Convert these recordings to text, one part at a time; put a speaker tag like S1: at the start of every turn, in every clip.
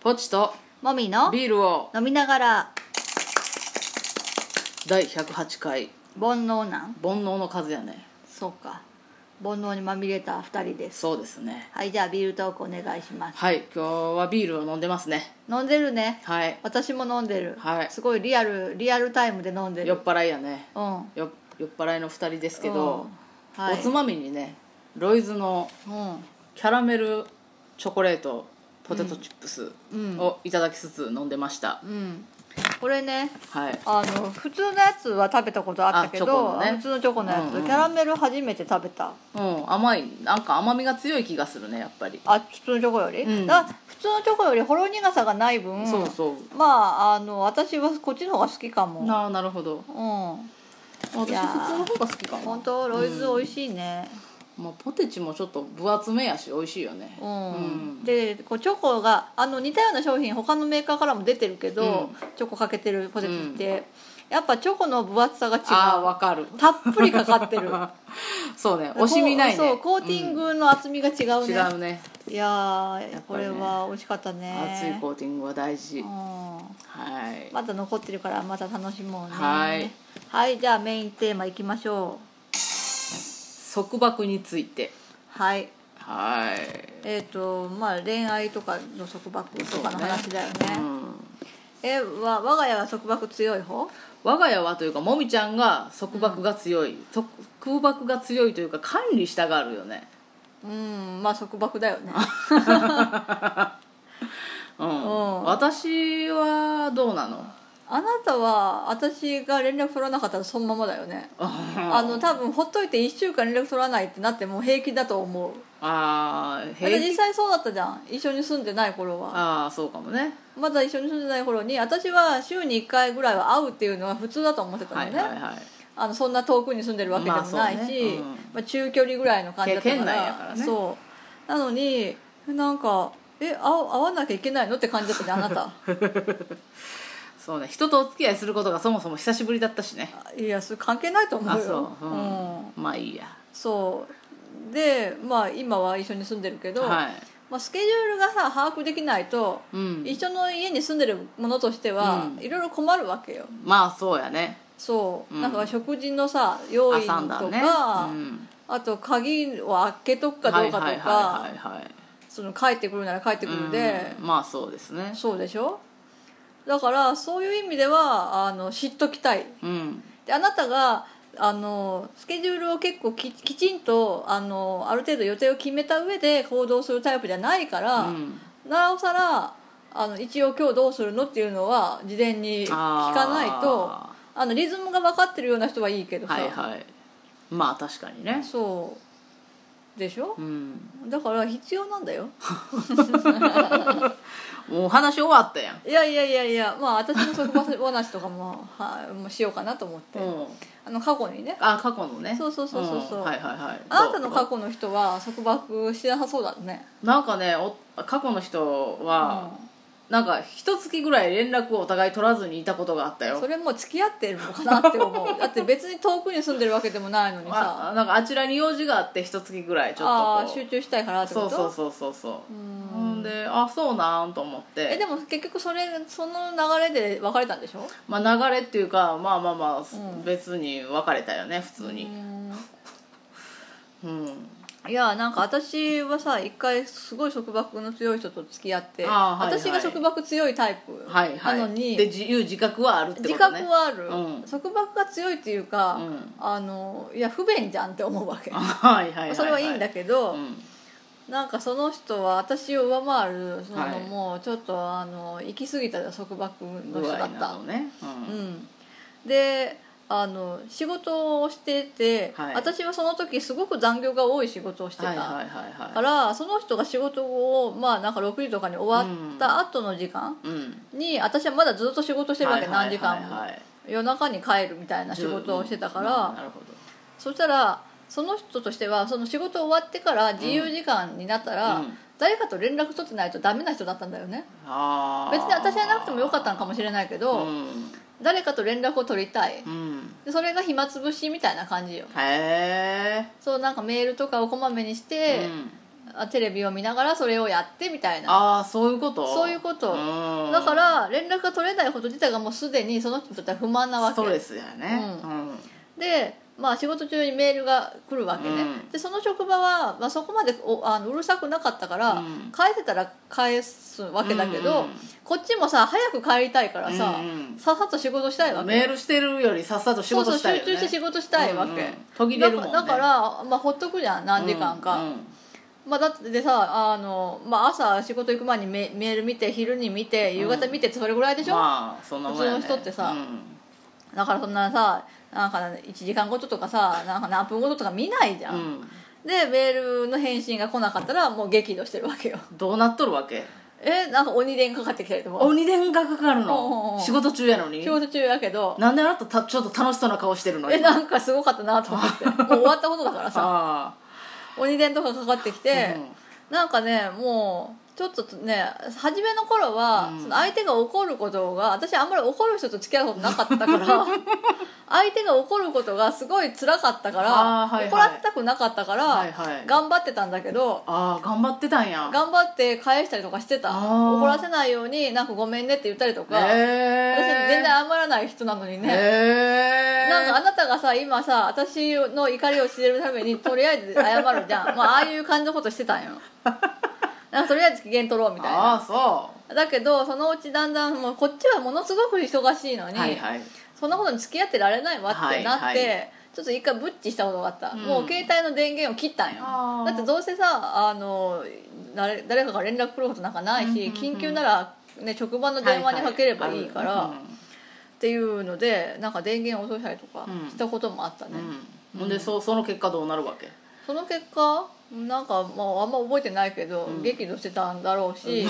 S1: ポチと
S2: もみの
S1: ビールを
S2: 飲みながら
S1: 第108回
S2: 煩悩なん
S1: 煩悩の数やね
S2: そうか煩悩にまみれた2人です
S1: そうですね
S2: はいじゃあビールトークお願いします
S1: はい今日はビールを飲んでますね
S2: 飲んでるね
S1: はい
S2: 私も飲んでる、
S1: はい
S2: すごいリアルリアルタイムで飲んでる
S1: 酔っ払いやね
S2: うん
S1: よ酔っ払いの2人ですけど、
S2: うんはい
S1: おつまみにねロイズの
S2: うん
S1: キャラメルチョコレートポテトチップス
S2: うん
S1: をいただきつつ飲んでました、
S2: うんこれね
S1: はい
S2: あの普通のやつは食べたことあったけ
S1: あチョコ
S2: ど、
S1: のね
S2: 普通のチョコのやつ、
S1: うんうん
S2: キャラメル初めて食べた
S1: うん甘いなんか甘みが強い気がするねやっぱり
S2: あ普通のチョコより、
S1: うん
S2: だから普通のチョコよりほろ苦さがない分
S1: そうそう
S2: まああの私はこっちの方が好きかも
S1: なあなるほど
S2: うんい
S1: 私
S2: やー
S1: 普通の方が好きかも
S2: 本当ロイズ美味しいね
S1: まあ、ポテチもちょっと分厚めやし美味しいよね
S2: うん、
S1: うん
S2: でこうチョコがあの似たような商品他のメーカーからも出てるけど、チョコかけてるポテトって、やっぱチョコの分厚さが違
S1: ああ
S2: う
S1: わかる
S2: たっぷりかかってる
S1: そうね惜しみないね
S2: そうコーティングの厚みが違
S1: う
S2: うん
S1: 違
S2: ね、
S1: うね
S2: いやー
S1: やっ
S2: こ
S1: ぱり
S2: れ
S1: ね
S2: は美味しかったね
S1: 厚いコーティングは大事
S2: うん
S1: はい
S2: まだ残ってるからまた楽しもうね
S1: はい
S2: はいじゃあメインテーマいきましょ
S1: 束縛について
S2: うはい
S1: はい
S2: えっ、とまあ恋愛とかの束縛とかの話だよね
S1: うん
S2: えわ我が家は束縛強い方
S1: 我が家はというかもみちゃんが束縛が強い、束縛が強いというか管理したがるよね
S2: うんまあ束縛だよね
S1: うん、
S2: うん
S1: 私はどうなの
S2: あなたは私が連絡取らなかったらそのままだよねあの多分ほっといて1週間連絡取らないってなってもう平気だと思う
S1: あー
S2: だって
S1: 平
S2: 実
S1: 気
S2: 際そうだったじゃん一緒に住んでない頃は
S1: ああそうかもね
S2: まだ一緒に住んでない頃に私は週に1回ぐらいは会うっていうのは普通だと思ってたの
S1: はい
S2: ね、
S1: はいはい
S2: あのそんな遠くに住んでるわけでもない
S1: まあそう
S2: し、
S1: ねうん
S2: まあ中距離ぐらいの感じだったから
S1: 県内やからね
S2: そうなのになんかえ会お会わなきゃいけないのって感じだったねあ なた
S1: そうね人とお付き合いすることがそもそも久しぶりだったしね
S2: いやそれ関係ないと思
S1: あ
S2: う
S1: そ
S2: よ
S1: う、うんまあいいや
S2: そうでまあ今は一緒に住んでるけど、
S1: はい
S2: まあ、スケジュールがさ把握できないと、
S1: うん
S2: 一緒の家に住んでるものとして
S1: う
S2: は、
S1: ん
S2: いろいろ困るわけよ
S1: まあそうやね
S2: そう、
S1: うん
S2: なんか食事のさ用意と
S1: 朝んだ
S2: か、
S1: ね、うん、
S2: あと鍵を開けとくかどうかとか、
S1: はいはいはいはいはい
S2: その帰ってくるなら帰ってくるで、
S1: うんまあそうですね
S2: そうでしょだからそういう意味ではあの知っときたい
S1: うん
S2: であなたがあのスケジュールを結構ききちんとあのある程度予定を決めた上で行動するタイプじゃないから、
S1: うん
S2: なおさらあの一応今日どうするのっていうのは事前に聞かないとあ
S1: あ
S2: のリズムが分かってるような人はいいけどさ、
S1: はいはいまあ確かにね
S2: そうでしょ
S1: う、ん
S2: だから必要なんだよ
S1: もうお話終わったやん
S2: いやいやいやいやまあ私の束縛話とかも はもうしようかなと思って、
S1: うん
S2: あの過去にね
S1: あ過去のね
S2: そうそうそうそうそうん
S1: はいはいはい
S2: あなたの過
S1: 去
S2: 去の人は束縛してなさそうだね
S1: なんかねお過去の人は、
S2: う
S1: なんか一月ぐらい連絡をお互い取らずにいたことがあった
S2: ん
S1: よ
S2: それもう付き合ってるのかなって思 うだって別に遠くに住んでるわけでもないのにさ
S1: あなんかあちらに用事があって一月ぐらいちょっとこう
S2: ああー集中したいからってこ
S1: そ
S2: と
S1: うそうそうそうそう
S2: うん
S1: ほんであそうなんと思って
S2: えでも結局それその流れで別れたんでしょ
S1: まあ、流れっていうかまあまあまあ、
S2: うん
S1: 別に別れたよね普通
S2: う
S1: に
S2: ん
S1: うん、
S2: いやなんか私はさ一回すごい束縛の強い人と付き合って、
S1: あーはいはい
S2: 私が束縛強いタイプ
S1: はいはい
S2: なのに、
S1: で自由自覚はあるってことね
S2: 自覚はある、
S1: うん
S2: 束縛が強いっていうか、
S1: うん
S2: あのいや不便じゃんって思うわけ
S1: はいはいはい、はい、
S2: それはいいんだけど、
S1: うん
S2: なんかその人は私を上回るその、
S1: はい
S2: もうちょっとあの行き過ぎた束縛の
S1: 具
S2: 人
S1: 合
S2: だっ
S1: な
S2: た
S1: の、ね、う
S2: うんん、であの仕事をしてて、
S1: はい
S2: 私はその時すごく残業が多い仕事をしてた、
S1: はいはいはいは
S2: からその人が仕事をまあなんか6時とかに終わった後の時間
S1: いうん
S2: に、私はまだずっと仕事してるわけ、何時間も、
S1: はいはいはい
S2: 夜中に帰るみたいな仕事をしてたから、
S1: うんなるほど
S2: そしたらその人としてはその仕事終わってから自由時間になったら、
S1: うん
S2: 誰かと連絡取ってないとダメな人だったんだよね
S1: ああ
S2: 別に私じゃなくてもよかったのか
S1: も
S2: もしれないけど、
S1: うん、
S2: 誰かと連絡を取りたい
S1: うん、
S2: でそれが暇つぶしみたいな感じよ
S1: へえ
S2: そうなんかメールとかをこまめにして、
S1: うん
S2: あテレビを見ながらそれをやってみたいな
S1: ああそういうこと
S2: そういうこと
S1: うん
S2: だから連絡が取れないこと自体がもうすでにその人にとっては不満なわ
S1: スト
S2: け
S1: レスやね
S2: う
S1: うん、
S2: で、まあ、仕事中にメールが来るわけね、
S1: うん
S2: でその職場は、まあ、そこまでおあのうるさくなかったから、
S1: うん
S2: 返せたら返すわけだけど、
S1: うんうん
S2: こっちもさ早く帰りたいからさ、
S1: うんうん
S2: さっさと仕事したいわけ
S1: メールしてるよりさっさと仕事したいよ、
S2: そう
S1: ね、
S2: そう集中して仕事したいわけ、
S1: うんうん途切れるもんね
S2: だからだから、まあ、ほっとくじゃん何時間か、
S1: うんうん
S2: まあ、だってでさあの、まあ、朝仕事行く前にメメール見て昼に見て夕方見てってそれぐらいでしょ、
S1: まあそんなもんや、ね、
S2: 普通の人ってさ
S1: うん
S2: だからそんなさなんか1時間ごととかさなんか何分ごととか見ないじゃん、
S1: うん
S2: でメールの返信が来なかったらもう激怒してるわけよ
S1: どうなっとるわけ
S2: えなんか鬼電かかってきたりとも
S1: 鬼電がかかる
S2: うんうんう
S1: の
S2: ん
S1: 仕事中やのに
S2: 仕事中やけど
S1: なんであなたたちょっと楽しそうな顔してるの
S2: え
S1: 今
S2: なんかすごかったなと思って もう終わったことだからさ
S1: あ
S2: 鬼電とかかかってき
S1: あ
S2: て、なんかねもうちょっとね初めの頃は、
S1: うん
S2: その相手が怒ることが私あんまり怒る人と付き合うことなかったから 相手が怒ることがすごい辛かったから、
S1: あーはいはい
S2: 怒らせたくなかったから、
S1: はいはい
S2: 頑張ってたんだけど
S1: ああ頑張ってたんや
S2: 頑張って返したりとかしてた
S1: あー
S2: 怒らせないようになんかごめんねって言ったりとか、
S1: え
S2: 私全然謝らない人なのに
S1: え
S2: ね、
S1: え
S2: なんかあなたがさ今さ私の怒りを知れるためにとりあえず謝るじゃん まあああいう感じのことしてたんよなんかとりあえず機嫌取ろうみたい
S1: あ
S2: な
S1: あそ
S2: だけどそのうちだんだんもうこっちはものすごく忙しいの
S1: う
S2: に、
S1: はいはい
S2: そんなことに付き合ってられないわってなって、
S1: はいはい
S2: ちょっと一回ブッチしたことがあった、
S1: ん
S2: もう携帯の電源を切ったん
S1: あ
S2: よ
S1: ー
S2: だってどうせさあの誰誰かが連絡来ることなんかないし、
S1: うんうんうん
S2: 緊急なら、ね、職場の電話にかければいいから、
S1: はは
S2: っていうのでなんか電源を落としたりとか
S1: うん
S2: したこともあったね、
S1: あるようん、ほんでそその結果どうなるわ け
S2: その結果なんか、まあ、あんま覚えてないけど、激怒してたんだろうし、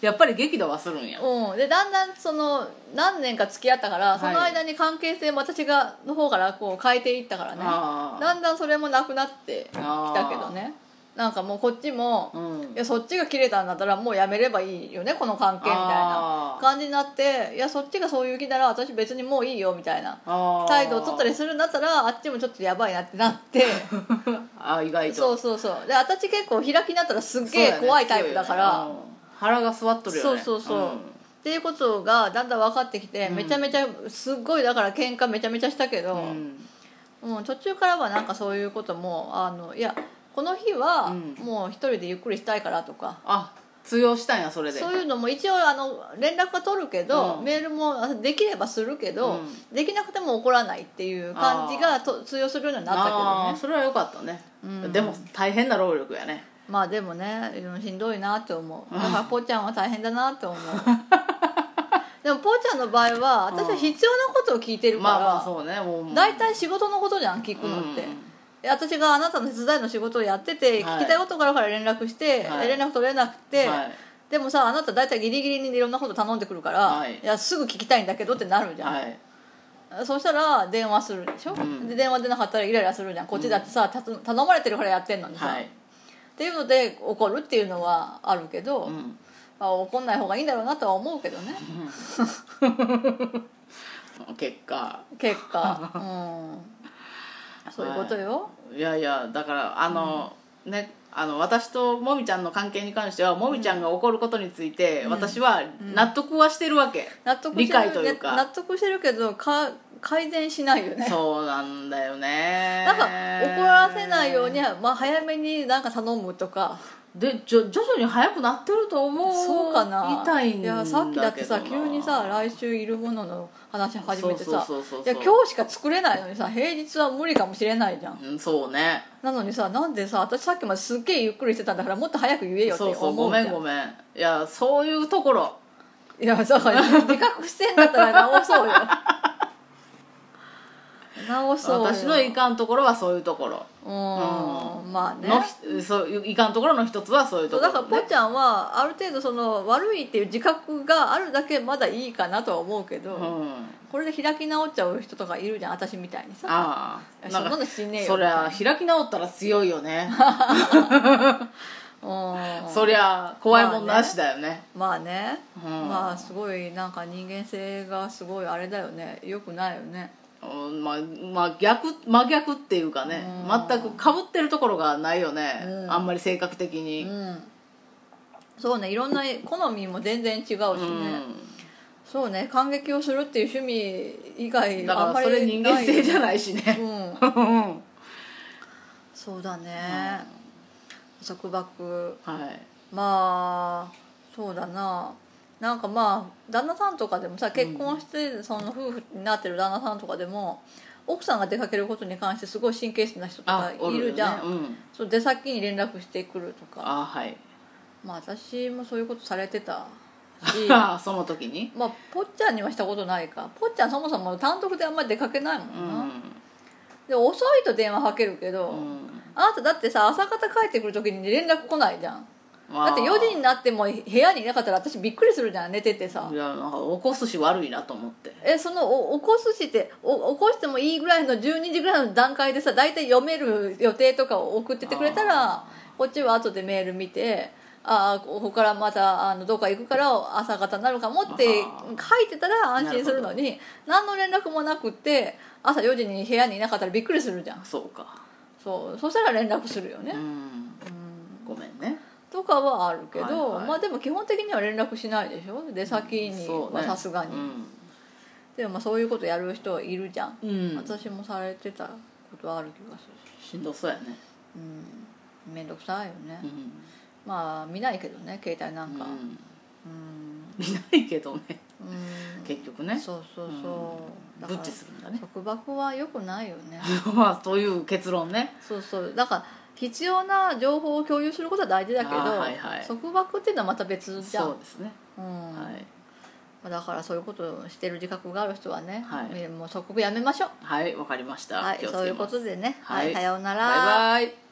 S1: やっぱり激怒はするんや
S2: うん、でだんだんその何年か付き合ったからその間に関係性も私がの方からこう変えていったからね、
S1: ああ
S2: だんだんそれもなくなってきたけどねなんかもうこっちも、
S1: うん
S2: いやそっちが切れたんだったらもうやめればいいよねこの関係みたい
S1: あ
S2: な
S1: ー
S2: 感じになっていやそっちがそういう気なら私別にもういいよみたいな
S1: ああ
S2: 態度を取ったりするんだったらあっちもちょっとやばいなってなって
S1: ああ意外と
S2: そうそうそうで私結構開きになったらすっげえ怖いタイプだか
S1: そう
S2: ら
S1: やね強いよねうん腹が据わっとるよね
S2: そうそうそう、っていうことがだんだん分かってきて、
S1: うん
S2: めちゃめちゃすっごいだから喧嘩めちゃめちゃしたけど、
S1: うんうん
S2: うん、途中からはなんかそういうこともあのいやこの日は
S1: うん
S2: もう一人でゆっくりしたいからとか、
S1: あ通用したんやそれで
S2: そういうのも一応あの連絡は取るけど、
S1: うん
S2: メールもあできればするけど、
S1: うん
S2: できなくても怒らないっていう感じがと通用するようにな
S1: あ
S2: った
S1: ー
S2: けどね
S1: それは良かったね、
S2: うん
S1: でも大変な労力やね
S2: まあでもねうんしんどいなって 思うだからぽーちゃんは大変だなって思うでもぽーちゃんの場合は私は必要なことを聞いてるから、
S1: まあまあそうねもう
S2: 大体仕事のことじゃん聞くのって、で私があなたの手伝いの仕事をやってて、
S1: はい
S2: 聞きたいことがあるから連絡して、
S1: はい
S2: 連絡取れなくて、
S1: はい
S2: でもさあなた大体ギリギリにいろんなこと頼んでくるから、
S1: はい
S2: い、やすぐ聞きたいんだけどってなるじゃん、
S1: はい
S2: そうしたら電話するでしょ、
S1: ん
S2: で電話出なかったらイライラするじゃんこっちだってさ、たつ頼まれてるからやってんのにさ、
S1: はい
S2: っていうので怒るっていうのはあるけど、
S1: うん
S2: まあ、怒んない方がいいんだろうなとは思うけど ね
S1: 結果
S2: 結果うんそういうことよ、
S1: いやいやだからあの、ねあの私ともみちゃんの関係に関してはもみちゃんが怒ることについて、私は納得はしてるわけ、
S2: 納得してる
S1: 理解というか
S2: 納得してるけどか改善しないよね
S1: そうなんだよね
S2: なんか怒らせないように、まあ、早めになんか頼むとか
S1: でじょ徐々に早くなってると思う
S2: そうかな
S1: 痛いんだけど
S2: や
S1: な
S2: さっきだってさ急にさ 来週いるものの話始めてさ
S1: そうそうそうそうそう
S2: いや今日しか作れないのにさ平日は無理かもしれないじゃん
S1: うんそうね
S2: なのにさなんでさ私さっきまですっげえゆっくりしてたんだからもっと早く言えよって
S1: そ
S2: 思う
S1: う
S2: じゃん
S1: そうごめんごめんいやそういうところ
S2: いやだから自覚してんだったら直そう よ直そうよ
S1: 私のいかんところはそういうところ
S2: うん、まあね
S1: のひそういういかんところの一つはそういうと
S2: そう
S1: ころ、
S2: だ
S1: ね、
S2: からぽっちゃんはある程度その悪いっていう自覚があるだけまだいいかなとは思うけど、
S1: うん
S2: これで開き直っちゃう人とかいるじゃん私みたいにさ
S1: ああ
S2: そんなのしねえよ
S1: そりゃ開き直ったら強いよね
S2: うん
S1: そりゃ怖いもんなしだよね,、
S2: まあね、
S1: うん
S2: まあすごいなんか人間性がすごいあれだよねよくないよね
S1: うんまあ、まあ、逆真逆っていうかね
S2: うん
S1: 全くかぶってるところがないよね、
S2: うん
S1: あんまり性格的に、
S2: うんそうねいろんな好みも全然違うしね、そうね感激をするっていう趣味以
S1: う
S2: 外
S1: んだ
S2: あ
S1: か
S2: んま
S1: ら
S2: り
S1: それ人間性じゃ
S2: い
S1: ないしね
S2: うん
S1: うんは
S2: そうだね、束縛
S1: い
S2: まあそうだななんかまあ旦那さんとかでもさ結婚して、その夫婦になってる旦那さんとかでも奥さんが出かけることに関してすごい神経質な人とか
S1: あお
S2: い
S1: よ
S2: るじゃん、
S1: ねうん、
S2: そう出先に連絡してくるとか
S1: あはい
S2: まあ私もそういうことされてた し
S1: その時に
S2: まあぽっちゃんにはしたことないかぽっちゃんそもそも単独であんまり出かけないも
S1: うん
S2: な、
S1: ん、
S2: で遅いと電話はけるけど、
S1: うん
S2: あなただってさ朝方帰ってくる時に連絡来ないじゃん
S1: まあ
S2: だって4時になっても部屋にいなかったら私びっくりするじゃん寝ててさ
S1: いやなんか起こすし悪いなと思って
S2: えそのお起こすしってお起こしてもいいぐらいの12時ぐらいの段階でさ大体読める予定とかを送っててくれたらこっちは後でメール見てああここからまたあのどっか行くから朝方になるかもって
S1: あ
S2: 書いてたら安心するのに何の連絡もなくって朝4時に部屋にいなかったらびっくりするじゃん
S1: そうか
S2: そうそしたら連絡するよね
S1: う、ん
S2: うん
S1: ごめんね
S2: とかはあるけど、
S1: はいはい
S2: まあでも基本的には連絡しないでしょ出先に
S1: そう
S2: は
S1: ね
S2: さすがに、でもまあそういうことやる人いるじゃん、
S1: うん、うん、
S2: 私もされてたことはある気がするし
S1: しんどそうやね
S2: うん面倒くさいよね、
S1: うん
S2: まあ見ないけどね携帯なんか
S1: うん
S2: うん、
S1: 見ないけどね
S2: うん
S1: 結局ね
S2: そうそうそう、だ
S1: ブ
S2: か
S1: ッ
S2: ら
S1: チするんだね
S2: 束縛は良くないよね
S1: まあという結論ね
S2: そうそうだから必要な情報を共有することは大事だけど、
S1: あーはいはい
S2: 束縛っていうのはまた別じゃん
S1: そうですね、
S2: うん
S1: はい
S2: まあだからそういうことをしてる自覚がある人はね、
S1: はい
S2: えーもう即刻やめましょう、
S1: はいわかりました、
S2: はい
S1: 気をつけます
S2: そういうことでね、
S1: はい
S2: はい、さようなら
S1: バイバイ